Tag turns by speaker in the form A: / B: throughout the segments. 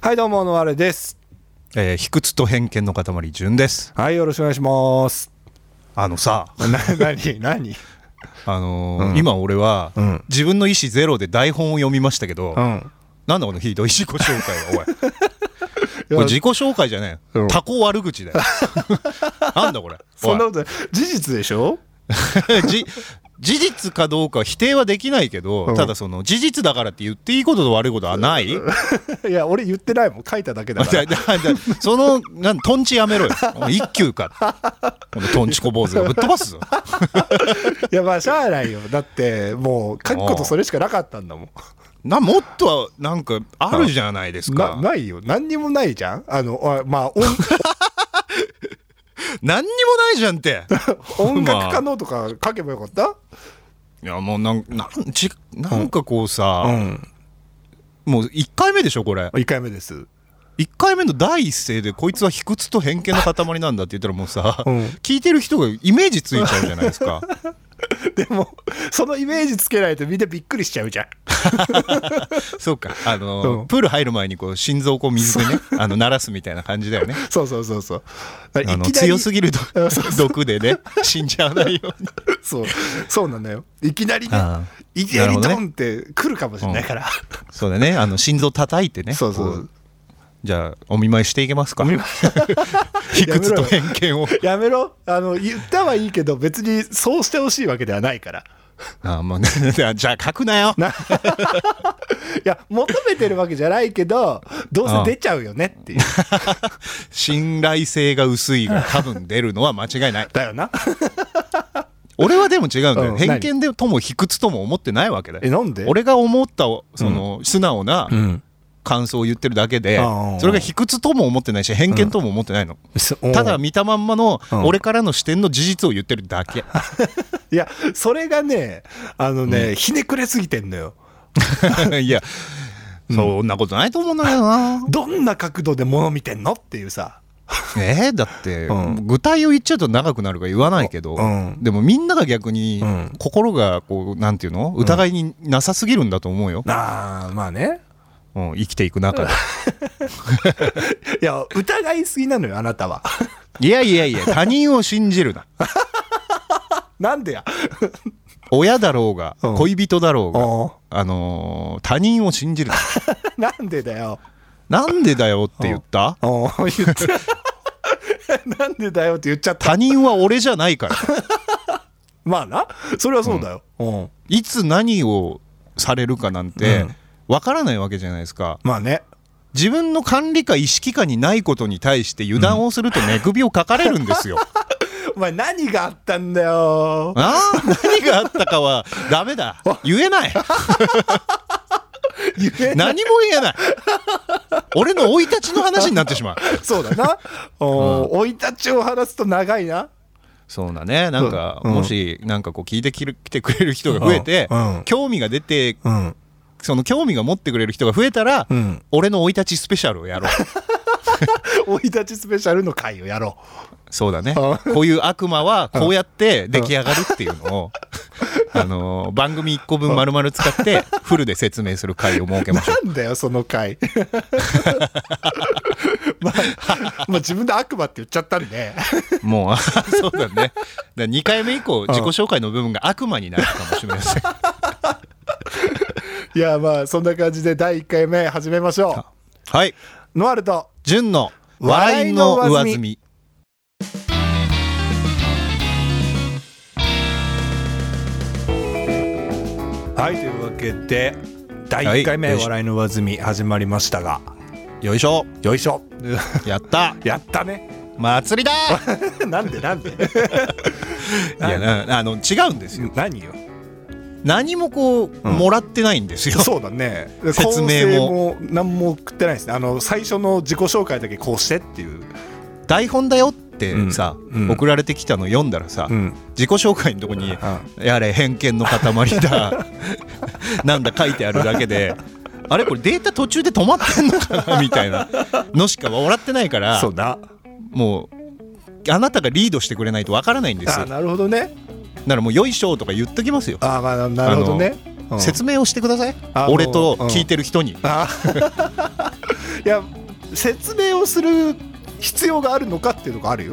A: はいどうものあれです
B: えー、卑屈と偏見の塊純です
A: はいよろしくお願いします
B: あのさ
A: な何何
B: あのー今俺は、
A: うん
B: 自分の意思ゼロで台本を読みましたけど、
A: うん
B: なんだこのひどい自己紹介 はおいこ
A: い
B: れ
A: や
B: 自己紹介じゃねえ、
A: うん
B: タコ悪口だよ なんだこれ
A: そんなことない事実でしょ
B: おい じ事実かどうかは否定はできないけど、
A: うん
B: ただその事実だからって言っていいことと悪いことはない、
A: いや俺言ってないもん書いただけだから
B: だだだそのなんトンチやめろよ一休かこのトンチ小坊主がぶっ飛ばすぞ
A: いやまあしゃあないよだってもう書くことそれしかなかったんだもん
B: なもっとはなんかあるじゃないです
A: な
B: か
A: ないよ何にもないじゃんあのあまあ音
B: 何にもないじゃんって
A: 音楽家のとか書けばよかった、
B: いやもうなんなんちなんかこう
A: う
B: さ、
A: ん
B: もう1回目でしょこれ
A: 1回目です
B: 1回目の第一声でこいつは卑屈と偏見の塊なんだって言ったらもうさ、
A: うん
B: 聞いてる人がイメージついちゃうじゃないです か
A: でもそのイメージつけないとみんなびっくりしちゃうじゃん
B: そうかあの、
A: うん
B: プール入る前にこう心臓をこう水でねあの鳴らすみたいな感じだよね
A: そうそうそうそうだから
B: あ
A: い
B: の
A: きなり
B: 強すぎるど
A: あそう
B: 毒でね死んじゃわないように
A: そうそうなんだよいきなりね
B: あ
A: いきな
B: なる
A: り
B: ほどね
A: ドンって来るかもしれないから、
B: そうだねあの心臓叩いてね
A: そうそう
B: こじゃあお見舞いしていけますか
A: お見 舞
B: 卑屈と偏見を
A: やめろあの言ったはいいけど別にそうしてほしいわけではないから
B: あ まあねじゃあ書くなよ
A: ないや求めてるわけじゃないけどどうせ出ちゃうよねっていう
B: 信頼性が薄い が多分出るのは間違いない
A: だよな
B: 俺はでも違うんだ
A: う
B: よ
A: ん
B: 偏見でとも卑屈とも思ってないわけだ
A: え
B: よ
A: なんで
B: 俺が思ったその素直な感想を言ってるだけで
A: ああ
B: それが卑屈とも思ってないし偏見とも思ってないの
A: そおう
B: ただ見たまんまの
A: うん
B: 俺からの視点の事実を言ってる だけ
A: いやそれがねあのね、ひねくれすぎてんのよ
B: いやそんなことないと思うんだけどな
A: どんな角度で物見てんのっていうさ
B: えーだって
A: うん
B: 具体を言っちゃうと長くなるから言わないけど
A: うん
B: でもみんなが逆に
A: うん
B: 心がこうなんていうの疑いになさすぎるんだと思うよ
A: あーまあね
B: うん、生きていく中で
A: いや疑いすぎなのよあなたは
B: いやいやいや他人を信じるな
A: なんでや
B: 親だろうが
A: うん
B: 恋人だろうが、
A: お
B: あのー他人を信じる
A: う なんでだよ
B: ななんでだよって言った
A: おう言っちゃなんでだよって言 っちゃった
B: 他人は俺じゃないから
A: まあなそれはそうだよ、うん
B: いつ何をされるかなんて
A: うん
B: わからないわけじゃないですか
A: まあね
B: 自分の管理か意識下にないことに対して油断をすると寝首をかかれるんですよ、
A: お前何があったんだ よ
B: ああ何があったかはダメだ言えない
A: 言え
B: 何も言えない俺の生い立ちの話になってしまう
A: そうだなお う生、い立ちを話すと長いな
B: そうだねなんか、
A: うん
B: もしなんかこう聞いてきる来てくれる人が増えて、
A: うんうん
B: 興味が出て
A: うん
B: その興味が持ってくれる人が増えたら、
A: うん
B: 俺の生い立ちスペシャルをやろう
A: 生い立ちスペシャルの回をやろ
B: そうだねこ
A: う
B: ういう悪魔はこうやって出来上がるっていうのを、あのー番組1個分丸々使ってフルで説明する回を設け
A: う
B: ましょう
A: なんだよその回 まあ、まあ自分で悪魔って言っちゃったんで
B: もうそうだねだ2回目以降自己紹介の部分が悪魔になるかもしれま せん
A: いやまあそんな感じで第1回目始めましょ
B: はい。
A: うノアルト
B: 純の笑いの上積み。
A: はいというわけで第
B: はい
A: 1回目「
B: よいしょ
A: 笑いの上積み」始まりましたが、
B: よいしょ。
A: よいし ょ
B: やった。
A: やったね
B: 祭り だ。
A: なんでなんで
B: いやなあの違うんですよ。
A: 何よ
B: 何もこう、もらってないんですよ。
A: そうだ ね
B: 説明も
A: 構成も何も食ってないですねあの最初の自己紹介だけこうしてっていう、
B: 台本だよってさ、
A: うんうん
B: 送られてきたの読んだらさ、
A: ん、
B: 自己紹介のとこに
A: う
B: やれ偏見の塊 だなんだ書いてあるだけで。あれこれデータ途中で止まってんのかなみたいなのしか笑ってないから
A: そうだ
B: もうあなたがリードしてくれないとわからないんです
A: あ
B: よだか
A: なるほどね
B: らもう「よいしょ」とか言っときますよ
A: あまあなるほどね、うん
B: 説明をしてください
A: あの
B: 俺と聞いてる人に、
A: あいや説明をする必要があるのかっていうのがあるよ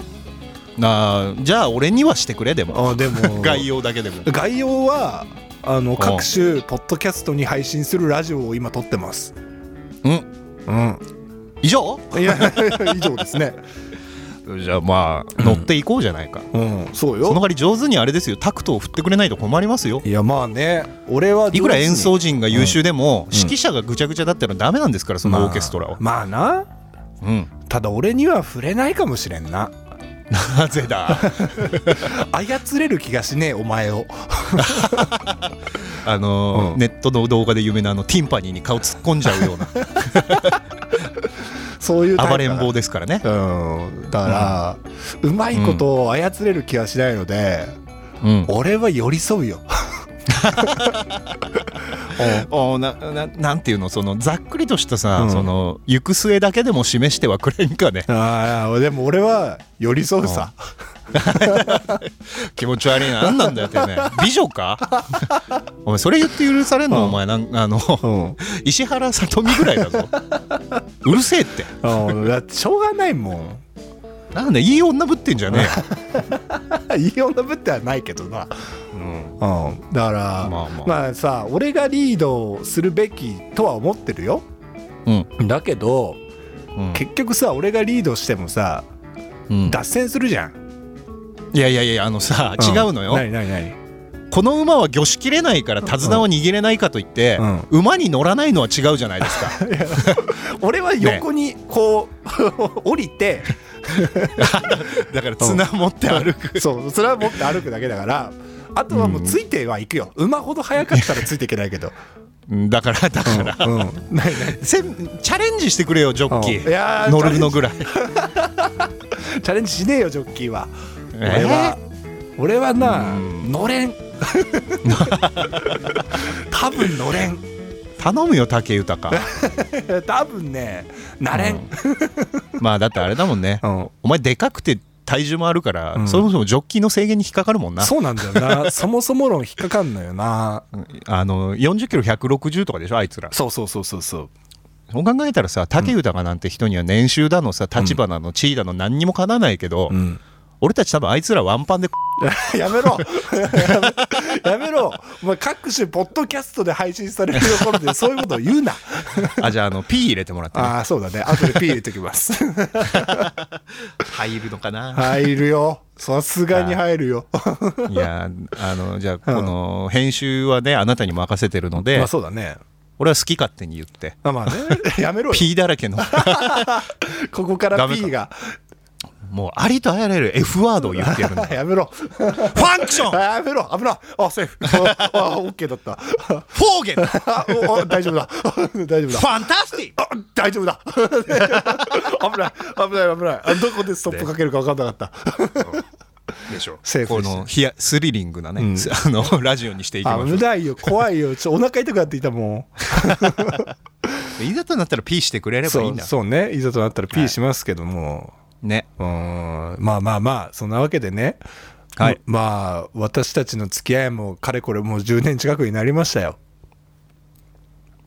B: あーじゃあ俺にはしてくれでも
A: あで も
B: 概要だけでも
A: 概要はあの各種ポッドキャストに配信するラジオを今撮ってます
B: うん
A: うん
B: 以上
A: いや 以上ですね
B: じゃあまあ乗っていこうじゃないか、
A: うんそう
B: その代
A: よ
B: わり上手にあれですよタクトを振ってくれないと困りますよ
A: いやまあね俺はい
B: くら演奏陣が優秀でも、
A: ん
B: 指揮者がぐちゃぐちゃだったらダメなんですからそのオーケストラは、
A: まあ、まあな
B: うん
A: ただ俺には触れないかもしれんな
B: なぜ だ
A: 操れる気がしねえお前を
B: あのー
A: うん
B: ネットの動画で有名なあのティンパニーに顔突っ込んじゃうような
A: そう いうタイプだ
B: 暴れん
A: な
B: 坊ですからね、
A: うんだから、うまいことを操れる気はしないので、
B: うん、
A: 俺は寄り添うよ
B: おなななんていうのそのざっくりとしたさ、
A: うん
B: その行く末だけでも示してはくれんかね
A: ああでも俺は寄り添うさ
B: 気持ち悪いな何なんだよってね 美女かお前それ言って許されんの、
A: うん
B: お前なんあの
A: うん
B: 石原さとみぐらいだ ぞうるせえって
A: うんだってしょうがないもん
B: なんだいい女ぶってんじゃね
A: いい女ぶってはないけどな、
B: えよ、うん
A: うん、だから
B: まあ
A: ま
B: ま
A: あ、
B: あ
A: さ俺がリードするべきとは思ってるよ
B: うん
A: だけど
B: うん
A: 結局さ俺がリードしてもさ
B: うん
A: 脱線するじゃん、
B: いやいやいやあのさ違うのよ、
A: 何何何
B: この馬は御しきれないから手綱を握れないかといって、馬に乗らないのは違うじゃないです か
A: 俺は横にこう 降りて
B: だから綱持って歩く、
A: そうそれは持って歩くだけだからあとはもうついてはいくよ、馬ほど速かったらついていけないけ ど
B: うんだからだから、
A: うんないない
B: せんチャレンジしてくれよジョッキ
A: うんいや
B: ー
A: ー
B: 乗るのぐらい、
A: チャレンジしねえよジョッキーは、
B: え
A: 俺
B: ー
A: は俺はな
B: うん
A: 乗 れん多分乗れん
B: 頼むよ竹豊
A: 多分ねなれん、
B: うんまあだってあれだもんね
A: うん
B: お前でかくて体重もあるから、
A: うん
B: そもそもジョッキーの制限に引っかかるもんな
A: そうなんだよ なそもそも論引っかかんのよな
B: あの40キロ160とかでしょあいつら
A: そうそうそうそうそう
B: そう考えたらさ竹豊なんて人には年収だのさ立場なの地位だの何にもかなわないけど、
A: うん
B: 俺たち多分あいつらワンパンで
A: やめろやめろお前各種ポッドキャストで配信されるところで そういうことを言うな
B: あじゃああの P 入れてもらって、ね、
A: ああそうだね後で P 入れときます
B: 入るのかな
A: 入るよさすがに入るよ
B: いやあのじゃあこの編集はねあなたに任せてるので、
A: まあそうだね
B: 俺は好き勝手に言って
A: まあま あねやめろよ
B: P だらけ の
A: ここから
B: ダメか
A: P が
B: もうありとあらゆる F ワードを言ってやるんだ
A: やめろ
B: ファンクショ ン
A: やめろ危ないあセーフああ OK だった
B: フォーゲン フ
A: あおお大丈夫だ 大丈夫だ
B: ァンタスティック
A: あ大丈夫だ 危ない危ない危ないあどこでストップかけるか分かんなかった
B: でしょ
A: セーフ
B: こ
A: でした
B: のヒヤスリリングなね、あのラジオにしていきましょう
A: 危ないよ怖いよちょお腹痛くなってきたもん
B: いざとなったら P してくれればいいんだ
A: そうそうねいざとなったら P しますけども、
B: ね
A: うーんまあまあまあそんなわけでね、
B: はい
A: ままあ私たちの付き合いもかれこれもう10年近くになりましたよ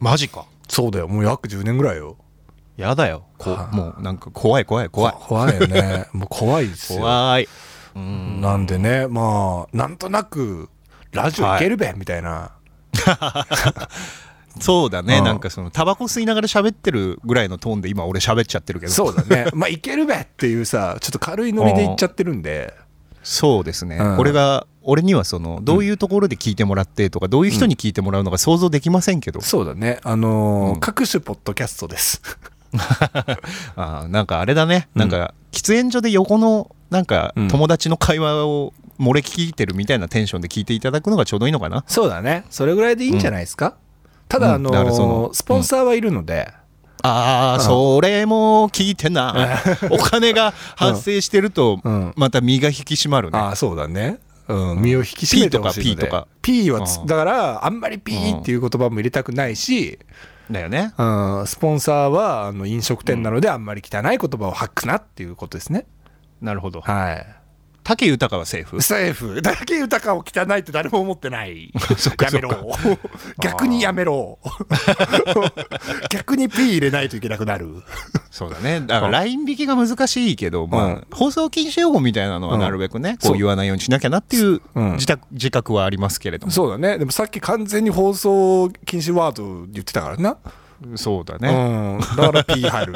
B: マジか
A: そうだよもう約10年ぐらいよ
B: やだよこうもうなんか怖い怖い怖い
A: 怖いよ ねもう怖いですよ
B: 怖い
A: なんでねまあなんとなくラジオいけるべ、みたいな
B: そうだね、
A: うん
B: なんかそのタバコ吸いながら喋ってるぐらいのトーンで今俺喋っちゃってるけど
A: そうだね まあいけるべっていうさちょっと軽いノリでいっちゃってるんで
B: そうですね、
A: うん
B: これが俺にはそのどういうところで聞いてもらってとか、どういう人に聞いてもらうのか想像できませんけど、
A: そうだねあのー各種ポッドキャストです
B: あーなんかあれだね、なんか喫煙所で横のなんか
A: うん
B: 友達の会話を漏れ聞いてるみたいなテンションで聞いていただくのがちょうどいいのかな
A: そうだねそれぐらいでいいんじゃないですか、ただあの
B: うんだからその
A: スポンサーはいるので、
B: ああ、それも聞いてんなお金が発生してると
A: うん
B: また身が引き締まるね、
A: ああそうだね、うん、身を引き締めてほしいので
B: P とか
A: P はつ
B: うん
A: だからあんまり P っていう言葉も入れたくないし、
B: だよね
A: うん、スポンサーはあの飲食店なのであんまり汚い言葉を吐くなっていうことですね
B: なるほど
A: はい
B: 武豊はセーフ
A: セーフだけ豊かを汚いって誰も思ってない
B: そっか
A: や
B: そ
A: め
B: っか
A: ろ 逆にやめろ 逆に P 入れないといけなくなる
B: そうだねだからライン引きが難しいけど、
A: う
B: ま
A: ん
B: あ、放送禁止用語みたいなのはなるべくね、
A: そ
B: こ
A: う
B: う言わないようにしなきゃなっていう
A: うん
B: 自覚,、自覚はありますけれども
A: そうだねでもさっき完全に放送禁止ワード言ってたからな、
B: そうだね、
A: うん、だから P 入る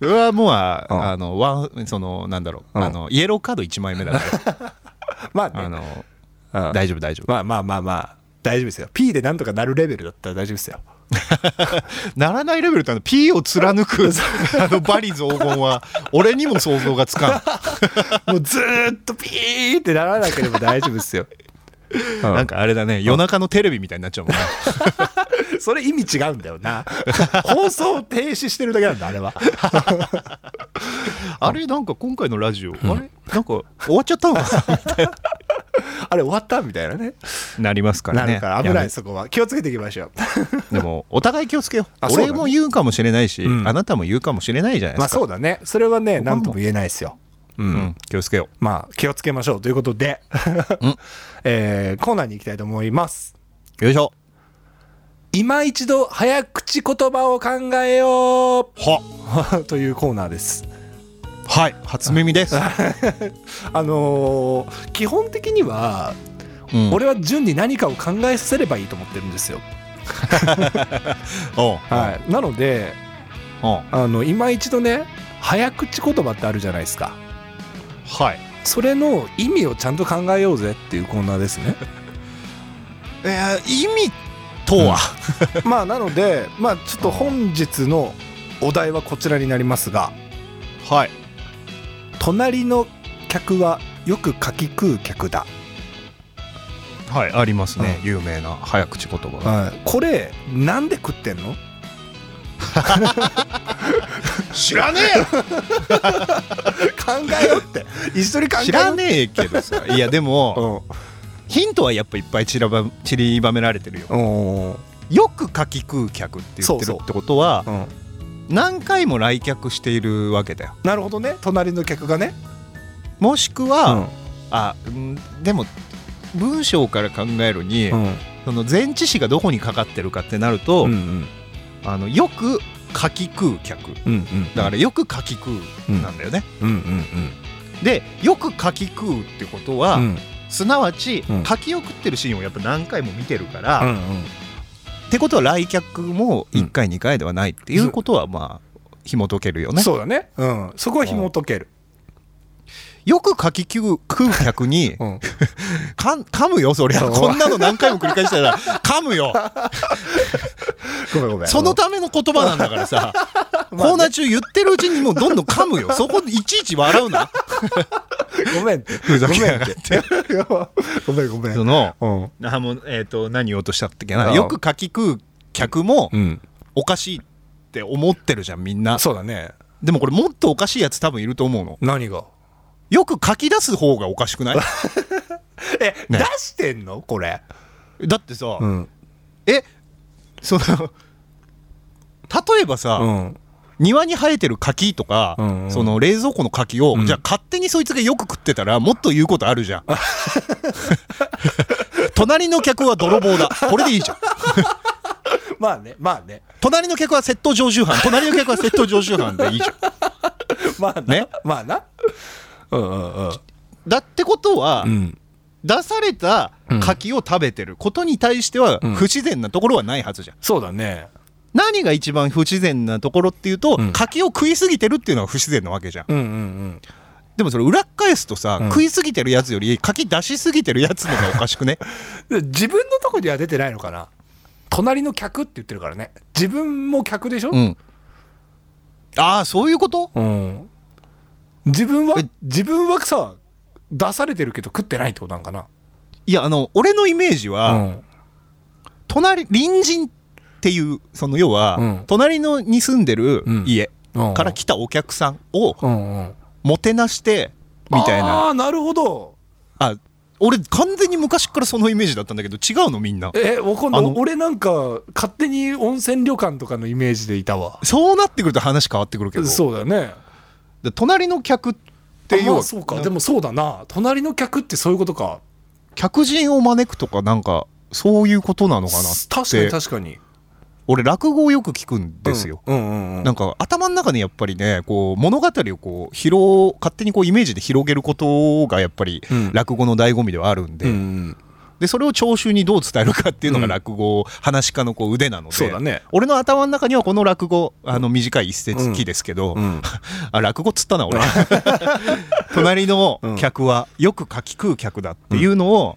B: それはもうあ
A: うん
B: あのワンそのなんだろう、
A: うん
B: あのイエローカード1枚目だから
A: まあ ね
B: あの
A: うん
B: 大丈夫大丈夫
A: まあまあまあまあ大丈夫ですよ P でなんとかなるレベルだったら大丈夫ですよ
B: ならないレベルってあの P を貫 くあのバリ雑言は俺にも想像がつか
A: もうずーっとピーってならなければ大丈夫 ですよ、うん
B: んなんかあれだね夜中のテレビみたいになっちゃうもんね
A: それ意味違うんだよな 放送停止してるだけなんだあれは
B: あれなんか今回のラジオ、あれなんか終わっちゃったのかな
A: あれ終わったみたいなね
B: なりますから
A: な
B: ね
A: るから危ない
B: や
A: そこは気をつけていきましょう
B: でもお互い気をつけよう
A: あそうだね
B: 俺も言うかもしれないし、
A: うん
B: あなたも言うかもしれないじゃない
A: ま
B: で
A: あ
B: すか、
A: そうだねそれはね
B: こはも
A: 何
B: う
A: とも言えないですようん
B: うん、気をつけよ
A: まあ気をつけましょうということで、
B: うん
A: えーコーナーに行きたいと思います
B: うよいしょ
A: 今一度早口言葉を考えよ
B: は
A: う というコーナーです
B: はい初耳です、
A: あのー基本的には
B: うん、
A: 俺は順に何かを考えさせればいいと思ってるんですよ、
B: おう
A: はい、なので
B: おう
A: あの今一度ね早口言葉ってあるじゃないですか
B: はい
A: それの意味をちゃんと考えようぜっていうコーナーですね
B: えー、意味とは、
A: まあなのでまあちょっと本日のお題はこちらになりますが
B: はい
A: 隣の客はよくかき食う客だ、
B: はいありますね、
A: う
B: 有名な早口言葉が
A: はい、これなんで食ってんの
B: 知らねえよ
A: 考えようって一緒に考えよう
B: 知らねえけどさいやで
A: う
B: も
A: ん
B: ヒントはやっぱいっぱい散らば散りばめられてるよ
A: うん
B: よくかき食う客って言って
A: そう
B: る
A: そう
B: ってことは
A: うん
B: 何回も来客しているわけだよ
A: なるほどね隣の客がね
B: もしくは、あうんでも文章から考えるに、
A: うん
B: その前置詞がどこにかかってるかってなると、
A: うんうん
B: あのよくかき食う客
A: うんうん
B: だからよくかき食うなんだよね、
A: うんうんうん
B: でよくかき食うってことは、
A: うん
B: すなわち、
A: うん
B: かきを食ってるシーンをやっぱ何回も見てるから、
A: う
B: っ
A: んうん
B: てことは来客も1回2回ではないっていうことはまあ紐解けるよね。
A: そうだねうんそこは紐解ける
B: よくかき食う食う客に
A: うん
B: かん噛むよそりゃ
A: そう
B: こんなの何回も繰り返したら 噛むよ
A: ごめんごめん
B: そのための言葉なんだか らさコーナー中言ってるうちにもうどんどん噛むよそこいちいち笑うな
A: ごめんって
B: ふざけやがって
A: ごめんごめん
B: その
A: うん
B: あもうえー、と何言おうとしたっけ
A: あ
B: な
A: あ
B: よくかき食う客も
A: うん
B: おかしいって思ってるじゃんみんな
A: そうだね
B: でもこれもっとおかしいやつ多分いると思うの
A: 何が
B: よく書き出す方がおかしくない
A: え出
B: ね
A: してんのこれ
B: だってさ、
A: ん
B: えその例えばさ、
A: うん
B: 庭に生えてる柿とか、
A: うんうん
B: その冷蔵庫の柿を、
A: うん
B: じゃあ勝手にそいつがよく食ってたらもっと言うことある じゃん隣の客は泥棒だこれでいいじゃん
A: まあねまあね
B: 隣の客は窃盗常習犯隣の客は窃盗常習犯でいいじゃん
A: まあね
B: ね
A: まあなうんうんうん
B: だってことは、
A: うん
B: 出された柿を食べてることに対しては
A: うん
B: 不自然なところはないはずじゃん、
A: そうだね
B: 何が一番不自然なところっていうと、
A: うん
B: 柿を食いすぎてるっていうのは不自然なわけじゃん
A: うんうんうん
B: でもそれ裏返すとさ、
A: うん
B: 食いすぎてるやつより柿出しすぎてるやつのがおかしく ね
A: で自分のとこには出てないのかな隣の客って言ってるからね自分も客でしょ
B: うんああそういうこと
A: うん、自分は
B: え
A: 自分はさ出されてるけど食ってないってことなんかない
B: やあの俺のイメージは、
A: うん
B: 隣隣人っていうその要は、
A: うん
B: 隣のに住んでる家
A: うん
B: から来たお客さんを
A: うんうん
B: もてなしてみたいな
A: ああなるほど
B: あ俺完全に昔からそのイメージだったんだけど違うのみんな
A: えわかんな
B: あ
A: い
B: の
A: 俺なんか勝手に温泉旅館とかのイメージでいたわ
B: そうなってくると話変わってくるけど
A: そうだね
B: で隣の客って要
A: ま
B: は
A: あそうかでもそうだな隣の客ってそういうことか
B: 客人を招くとかなんかそういうことなのかなって
A: 確かに確かに
B: 俺落語をよく聞くんですよ、
A: うんうんうん
B: なんか頭の中でやっぱりねこう物語をこう広勝手にこうイメージで広げることがやっぱり
A: うん
B: 落語の醍醐味ではあるんで,、
A: うんうん
B: でそれを聴衆にどう伝えるかっていうのが
A: うん
B: 落語、話し家のこう腕なので
A: そうだね
B: 俺の頭の中にはこの落語あの短い一節きですけど、
A: うん
B: あ落語っつった な俺隣の客はよくかき食う客だっていうのを、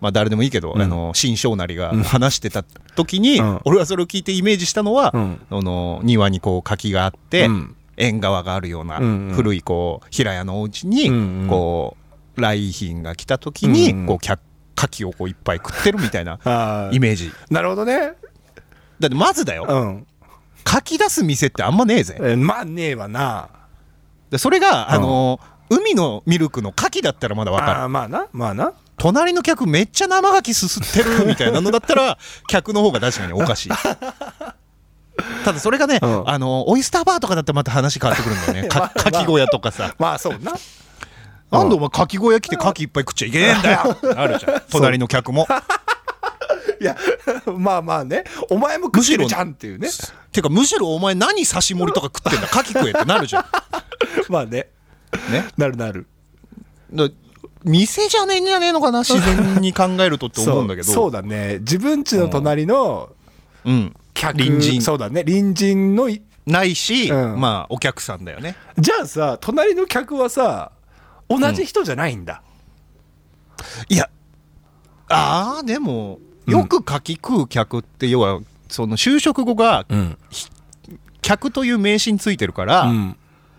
B: まあ、誰でもいいけど、
A: うん
B: あの新章なりが
A: うん
B: 話してた時に、
A: うん
B: 俺はそれを聞いてイメージしたのは、
A: うん
B: あの庭にこう柿があって、
A: うん
B: 縁側があるような
A: うんうん
B: 古いこう平屋のお家に、
A: うんうん
B: こう来賓が来た時に、
A: うんうん
B: こう客柿をこういっぱい食ってるみた いな
A: あー
B: イメージ
A: なるほどね
B: だってまずだよ、
A: うん
B: 書き出す店ってあんまねえぜ
A: えまあねえわな
B: でそれが、あの海のミルクの牡蠣だったらまだわかる
A: あーまあなまあな
B: 隣の客めっちゃ生牡蠣すすってるみたいなのだった ら客の方が確かにおかしいただそれがね、
A: うん
B: あのオイスターバーとかだったらまた話変わってくるんだよね か
A: まあ
B: 牡蠣小屋とかさ
A: まあそうな
B: なんでお前牡蠣小屋来て牡蠣いっぱい食っちゃいけねえんだよってなるじゃん隣の 客も
A: いやまあまあねお前も食ってるじゃんっていうね
B: てかむしろお前何刺し盛りとか食ってんだ牡蠣食えってな るじゃん
A: まあね
B: ね
A: なるなる
B: だ店じゃねえんじゃねえのかな自然に考えるとって思うんだけど
A: そうそうだね自分家の隣の
B: うん、
A: 客
B: 隣人
A: そうだね隣人のい
B: ないし、
A: うん
B: まあお客さんだよね
A: じゃあさ隣の客はさ同じ人じゃないんだ、
B: いやああでもよく柿食う客って要はその就職後が
A: うん
B: 客という名詞についてるから、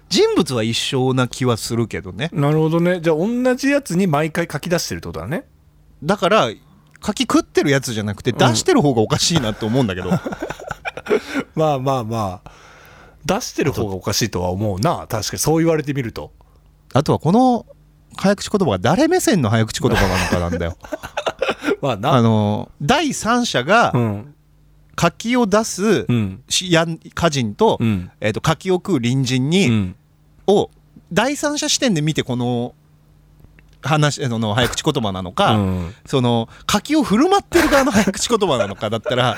B: 人物は一緒な気はするけどね
A: なるほどねじゃあ同じやつに毎回書き出してるってことだね
B: だから柿食ってるやつじゃなくて出してる方がおかしいなと思うんだけど、
A: まあまあまあ出してる方がおかしいとは思うな確かにそう言われてみると
B: あとはこの早口言葉が誰目線の早口言葉なのかなんだよ
A: まあな
B: あの第三者が
A: うん
B: 柿を出す
A: うん
B: しやん家人と,、
A: うん
B: えー、と柿を食う隣人に、
A: うん
B: を第三者視点で見てこの話あの早口言葉なのか、
A: うん
B: その柿を振る舞ってる側の早口言葉なのかだったら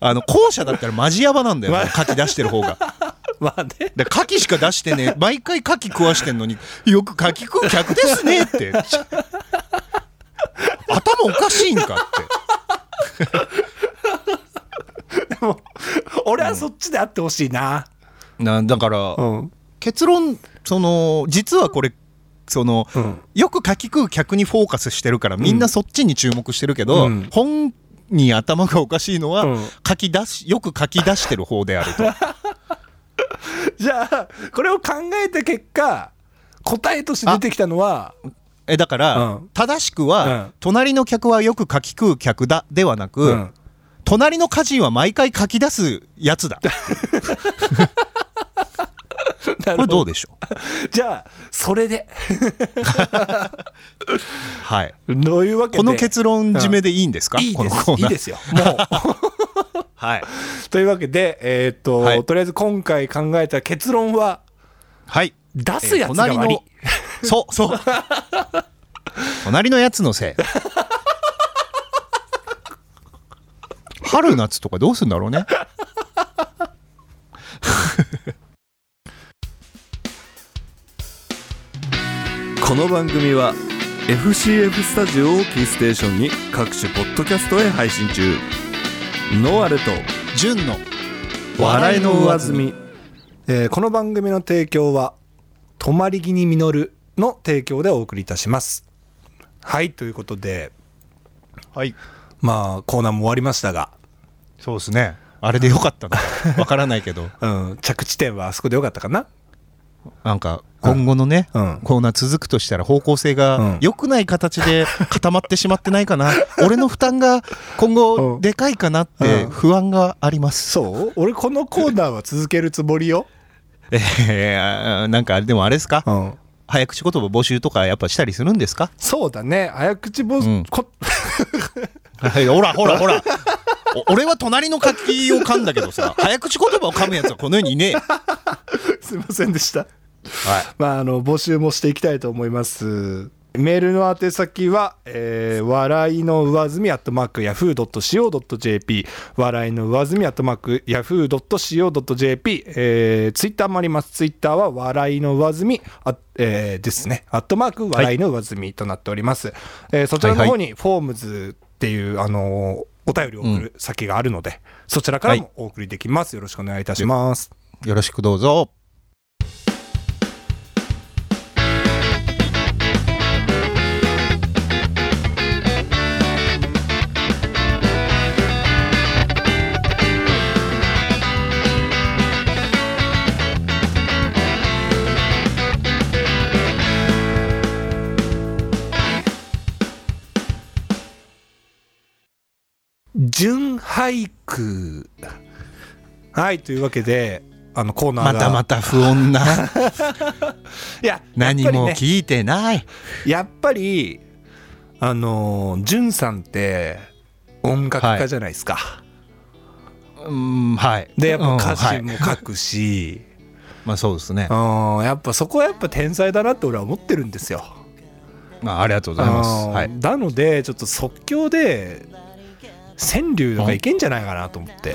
B: あの後者だったらマジヤバなんだよ、ね、柿出してる方が。
A: まあね
B: で柿しか出してねえ毎回柿食わしてんのによく柿食う客ですねって ち頭おかしいんかっ
A: もう俺はそっちであってほしいな
B: てなだから、
A: うん
B: 結論その実はこれその、
A: うん
B: よく書き食う客にフォーカスしてるからみんなそっちに注目してるけど、
A: うん
B: 本に頭がおかしいのは、
A: うん
B: 書き出しよく書き出してる方である と
A: じゃあこれを考えた結果答えとして出てきたのは
B: えだから、
A: うん
B: 正しくは、
A: うん
B: 隣の客はよく書き食う客だではなく、
A: うん
B: 隣の家人は毎回書き出す やつだこ
A: なる
B: れ
A: ほ
B: どうでしょ
A: じゃあそれで
B: うはい
A: どういうわけで
B: この結論締めでいいんですか、
A: いい
B: こ
A: で
B: のコ
A: す
B: ー
A: い
B: ナ
A: い
B: ー
A: ですよも
B: はい う
A: というわけでえーっと、
B: はい
A: とりあえず今回考えた結論は
B: はい
A: 出すやつが
B: えー
A: 悪い、
B: そうそう 隣のやつのせい春夏とかどうすんだろうね
C: この番組は FCF スタジオをキーステーションに各種ポッドキャストへ配信中ノアレと
B: 純の
C: 笑いの上積み
A: えーこの番組の提供は「泊まり木に実る」の提供でお送りいたしますはいということで
B: はい
A: まあコーナーも終わりましたが、
B: そうですねあれでよかったな わからないけど
A: うん、着地点はあそこでよかったかな
B: なんか今後のね、
A: うん
B: コーナー続くとしたら方向性
A: う
B: が
A: ん
B: 良くない形で固まってしまってない かな俺の負担が今
A: う
B: 後
A: ん
B: でかいかなって
A: うん
B: 不安があります、
A: そう俺このコーナーは続けるつもりよ、
B: えー、なんかあれでもあれですか、
A: うん、
B: 早口言葉募集とかやっぱしたりするんですか
A: そうだね早口ぼ、
B: うん
A: こ
B: はいほらほらほらお俺は隣の 柿を噛んだけどさ早口言葉を噛むやつはこの世にいねえ
A: すいませんでした
B: は
A: まあ、あの募集もしていきたいと思います。メールの宛先は、えー笑いの上積みアットマークヤフー .co.jp 笑いの上積みアットマークヤフー .co.jp、えー、ツイッターもありますツイッターは笑いの上積みあ、えーですねアットマーク笑いの上積みとなっております、えーそちらの方にフォームズっていう、あのーお便りを送る先があるので、そちらからもお送りできます、よろしくお願いいたします
B: い。よろしくどうぞ。
A: 純俳句はいというわけであのコーナーが
B: またまた不穏 な
A: いや
B: 何も
A: やっぱり,、ね、
B: 聞いてない。
A: やっぱりあのー純さんって音楽家じゃないですか、
B: うんはい。
A: でやっぱ歌
B: う
A: 詞
B: んは
A: も
B: い
A: 書くし、
B: まあそうですね。
A: うんやっぱそこはやっぱ天才だなって俺は思ってるんですよ
B: あありがとうございます。
A: うん
B: はい。
A: なのでちょっと即興で川柳とかいけんじゃないかなと思って、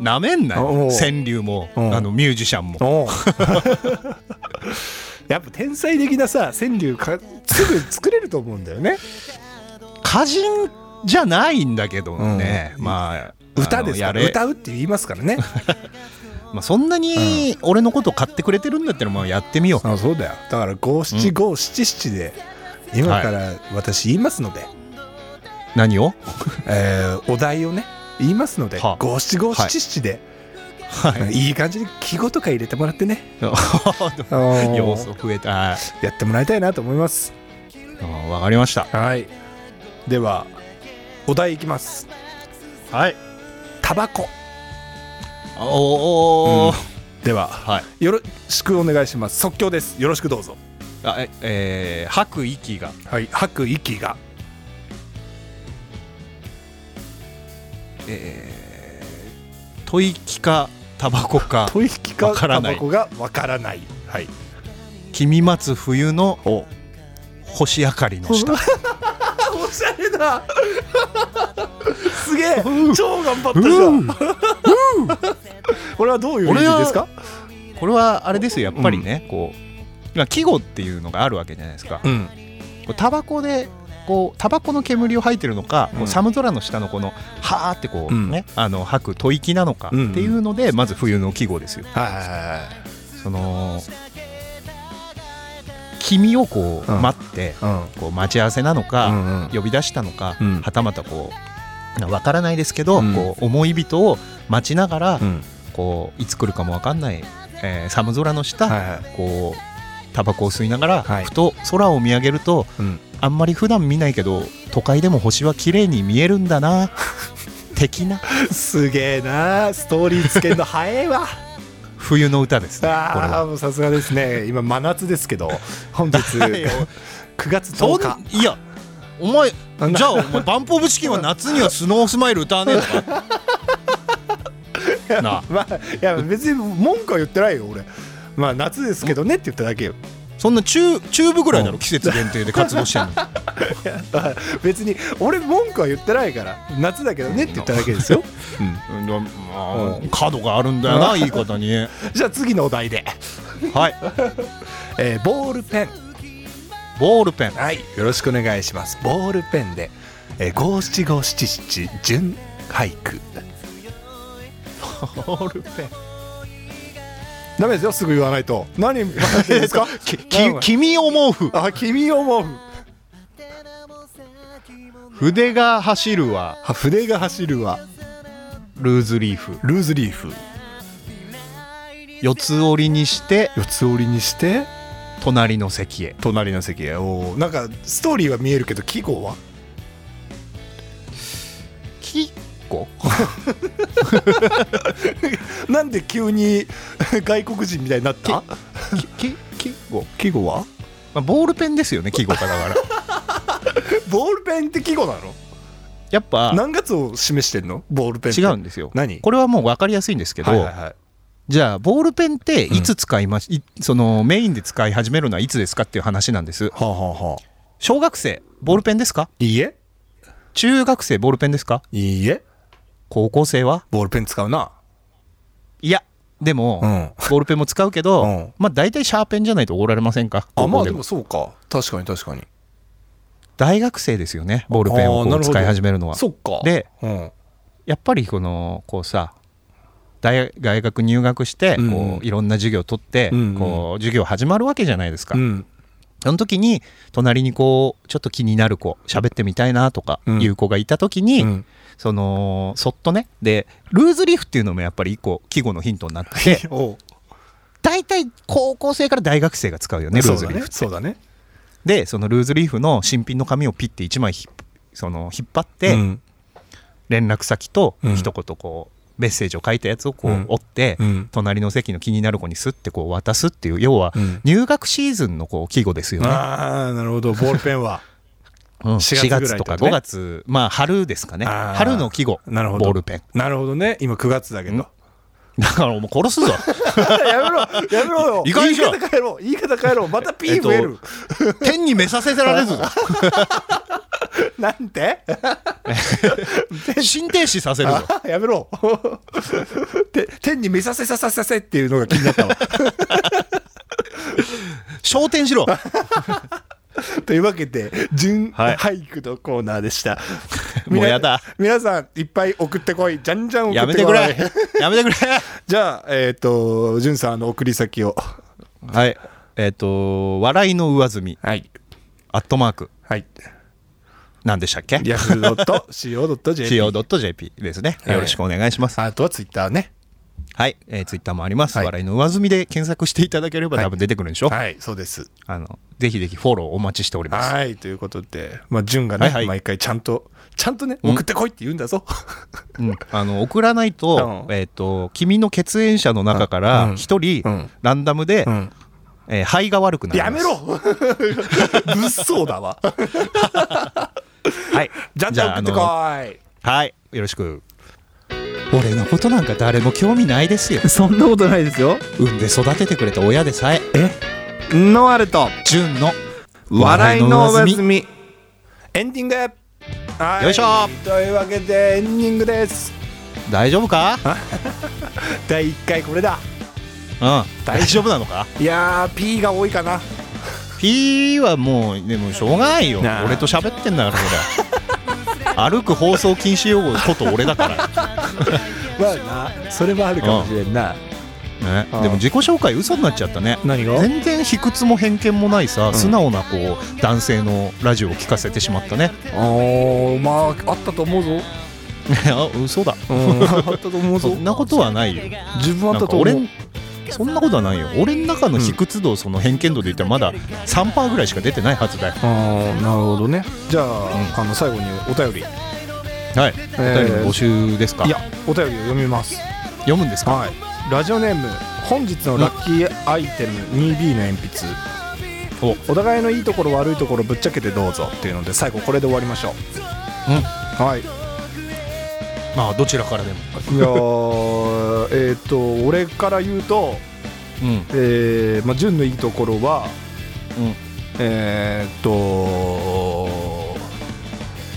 B: なめんな
A: お
B: よ。
A: う
B: 川柳も
A: うん
B: あのミュージシャンも。
A: おう やっぱ天才的なさ川柳かすぐ作れると思うんだよね
B: 歌人じゃないんだけどね、
A: うん
B: まあ
A: 歌です
B: あ
A: か
B: の
A: ら
B: やれ
A: 歌うって言いますから ね
B: まあ、そんなに俺のこと買ってくれてるんだったらまあやってみよう、
A: あそうだよだから五七五七七で今から私言いますので、
B: 何を
A: えーお題をね言いますので
B: はあ
A: 五七五七七で、、
B: はい
A: い感じに記号とか入れてもらってねあのー
B: 要素増えたあー
A: やってもらいたいなと思います
B: わかりました
A: はいではお題いきます
B: はい
A: タバコ
B: おお、
A: では
B: はい
A: よろしくお願いします即興ですよろしくどうぞ
B: あええー、吐く息が
A: はい吐く息が
B: 吐息かタバコか
A: 吐息か
B: わから
A: タ
B: な
A: バ
B: い
A: コがわからないはい
B: 君待つ冬の星明かりの下
A: おしゃれだすげえ超頑張ったじゃ
B: うん
A: んこれはどういう意味ですか
B: これはあれですよやっぱりね、こうまあ季語っていうのがあるわけじゃないですか、
A: うん
B: こうタバコでこうタバコの煙を吐いてるのか、こう
A: うん
B: 寒空の下のこのはーってこう
A: うん
B: ね、あの吐く吐息なのかって
A: うん
B: いうので、まず冬の季語ですよ。
A: はいはいはい
B: その君をこう
A: うん
B: 待って、
A: うん
B: こう待ち合わせなのか、
A: うんうん
B: 呼び出したのか、
A: うん
B: はたまたこうわからないですけど、
A: うん
B: こう思い人を待ちながら、
A: うん
B: こういつ来るかもわかんない、えー寒空の下、
A: はいはい
B: こうタバコを吸いながら、
A: はい
B: ふと空を見上げると
A: うん
B: あんまり普段見ないけど都会でも星は綺麗に見えるんだな的 な
A: すげえなストーリーつけるの早いわ
B: 冬の歌ですねこれ
A: ああ
B: は
A: もうさすがですね今真夏ですけど本日
B: はいよ
A: 9月
B: そ
A: 10
B: ん
A: 日
B: いやお前じ
A: なんだ
B: ゃあお前バンプ・オブ・チキンは夏にはスノースマイル歌わねえのか なあ
A: まあいや別に文句は言ってないよ俺まあ夏ですけどねって言っただけよ
B: そんな中中部ぐらいだろ季節限定で活動してんの
A: 別に俺文句は言ってないから夏だけどねって言っただけですよ、
B: うんでもまあ角があるんだよな言い方には
A: じゃあ次のお題で、
B: い
A: えーボールペン
B: ボールペン
A: はいよろしくお願いしますボールペンで五七五七七純俳句
B: ボールペン
A: ダメですよすぐ言わないと何笑ってるんですか
B: き
A: なんか
B: き君を毛布
A: あ君思う
B: 筆が走るは
A: あ筆が走るは
B: ルーズリーフ
A: ルーズリーフ
B: 四つ折りにして
A: 四つ折りにして
B: 隣の席へ
A: 隣の席へおーなんかストーリーは見えるけど季語は
B: キッコ
A: なんで急に 外国人みたいになった
B: キキゴ、
A: 季語は
B: まあ、ボールペンですよねキゴかだから
A: ボールペンって季語なの
B: やっぱ
A: 何月を示してんのボールペンって
B: 違うんですよ
A: 何
B: これはもう分かりやすいんですけど、
A: はいはいはい
B: じゃあボールペンっていつ使いまし、いそのメインで使い始めるのはいつですかっていう話なんです
A: はあ、はあはあ、
B: 小学生ボールペンですか
A: いいえ
B: 中学生ボールペンですか
A: いいえ
B: 高校生は
A: ボールペン使うない
B: やでも、
A: うん
B: ボールペンも使うけど、
A: うん
B: まあ大体シャーペンじゃないと怒られませんか
A: あ
B: 高
A: ま
B: 校
A: あ
B: で
A: で
B: も
A: もそうか確かに確かに
B: 大学生ですよねボールペンを
A: あー
B: こ
A: な
B: う
A: るほど
B: 使い始めるのは
A: そっか
B: で
A: うん
B: やっぱりこのこうさ大大学入学して
A: うん
B: こういろんな授業取って
A: うん
B: こう授業始まるわけじゃないですか、
A: うん
B: その時に隣にこうちょっと気になる子喋ってみたいなとか
A: うん
B: いう子がいた時に、
A: うん
B: そのそっとねでルーズリーフっていうのもやっぱり一個季語のヒントになってて
A: おう
B: 大体高校生から大学生が使うよねル
A: そ
B: ー
A: う
B: ズ
A: だ
B: リー
A: ね
B: フって
A: そうだね
B: でそのルーズリーフの新品の紙をピッて1枚ひっその引っ張って、
A: うん
B: 連絡先と
A: うん
B: 一言こうメッセージを書いたやつをこ
A: う
B: うん折って
A: うん
B: 隣の席の気になる子にスッてこう渡すっていう要は
A: うん
B: 入学シーズンのこう季語ですよね
A: ああなるほどボールペンは
B: うん
A: 4月
B: 4月
A: ぐらい
B: と
A: と
B: か
A: かね
B: 5月まあ春です かね
A: あー
B: 春の季語ボ
A: なるほど
B: ールペン
A: なるほどね今9月だけど
B: だからもう殺すぞ
A: やめろやめろよ
B: 意外じゃん
A: 言い方変えろ言い方変えろ また P 増える、
B: 天に目させられるぞ
A: なんて
B: 心停止させるぞ
A: あやめろ て天に目指せさささせっていうのが気にな ったわ
B: 昇天しろ
A: というわけで純
B: はい
A: 俳句のコーナーでした、
B: もうやだ
A: みな皆さんいっぱい送ってこいじゃんじゃん送
B: や
A: っ
B: め
A: て
B: て
A: こ
B: く
A: い
B: れやめてくれ
A: じゃあえっ、と純さんあの送り先を
B: はいえっと笑いの上積み
A: はい
B: アットマーク
A: はい
B: なんでしたっけ
A: ヤフー .co.jp
B: co.jp ですね。
A: はい
B: よろしくお願いします。はい、
A: あとはツイッターね
B: えー、ツイッターもあります。
A: はい
B: 笑いの上積みで検索していただければ
A: はい
B: 多分出てくるんでしょ、
A: はいそうです
B: あの、ぜひぜひフォローお待ちしております。
A: はいということでまあ純がね、
B: はいはい
A: 毎回ちゃんとちゃんとね
B: うん
A: 送ってこいって言うんだぞ、
B: うん、あの送らないと、
A: うん
B: えっ、と、君の血縁者の中か
A: う
B: ら
A: ん
B: 一人、
A: うん
B: ランダムで、
A: うん
B: えー肺が悪くなりま
A: や
B: す。
A: め ろ物騒だわ
B: はい。
A: じゃんじゃん送ってこ
B: あの
A: い
B: はい。よろしく。俺のことなんか誰も興味ないですよ。
C: そんなことないですよ
B: 産んで育ててくれた親でさえ、
C: ノアルと
B: 純の
C: 笑いの上
B: 笑いの上
C: 積
B: 積
C: み
A: エンディングはい
B: よいしょ
A: というわけでエンディングです
B: 大丈夫か
A: 第1回これだ
B: うん。大丈夫な のか
A: いやー P が多いかな
B: P はもうでもしょうがないよ
A: なあ
B: 俺と喋ってん だから俺歩く放送禁止用語こと俺だから、
A: まあなそれもあるかもしれんな、
B: ね
A: うん
B: でも自己紹介嘘になっちゃったね
A: 何が
B: 全然卑屈も偏見もないさ素直なこう男性のラジオを聞かせてしまったね
A: おーまああったと思うぞ、
B: あ 嘘だ
A: うん、あったと思う
B: そ
A: ぞ
B: んなことはないよ
A: 自分あ
B: な
A: っ
B: ん
A: た
B: か
A: と思
B: 俺
A: うん
B: そんなことはないよ俺の中の卑屈度、その偏見度で言ったらまだ3%ぐらいしか出てないはずだよ
A: あーなるほどねじゃあ,、あの最後にお便りい
B: はい、
A: ー
B: お便りの募集ですか
A: やお便りを読みます
B: 読むんですか
A: はいラジオネーム本日のラッキーアイテム 2B の鉛筆
B: お
A: お互いのいいところ悪いところぶっちゃけてどうぞっていうので最後これで終わりましょう
B: うん
A: はい
B: まあどちらからでも
A: いやー えっと俺から言うと、
B: うん
A: えーまあ、純のいいところは
B: うん
A: えーっと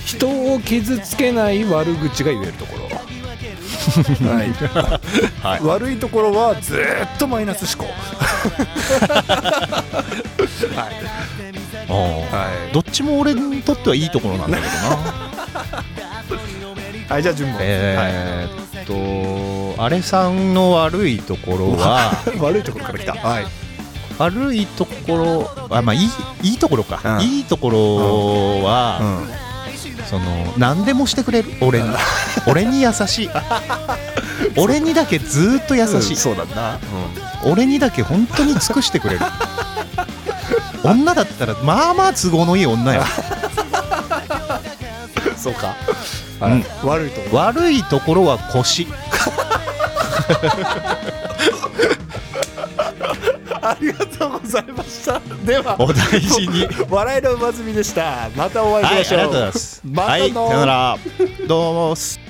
A: 人を傷つけない悪口が言えるところ はい、
B: はい
A: 悪いところはずーっとマイナス思考はい、
B: ああ
A: は
B: どっちも俺にとってはいいところなんだけど
A: い
B: な
A: はい、じゃあ順番、
B: えーっとあれさんの悪いところ は
A: はい、悪いところから来たはい
B: 悪いところあまあいいいいところか、
A: うん
B: いいところは、その何でもしてくれる俺 に俺に優しい俺にだけずーっと優しい、
A: そうだな、
B: 俺にだけ本当に尽くして くれる女だったらまあまあ都合のいい女よ
A: そうか、
B: はい
A: 悪いところ
B: 悪いところは腰
A: ありがとうございましたでは
B: お大 事に
A: 笑いの上積みでしたまたお会いしましょう、
B: はい、ありがとうございます。
A: またの
B: はい、さよなら。どうもっす。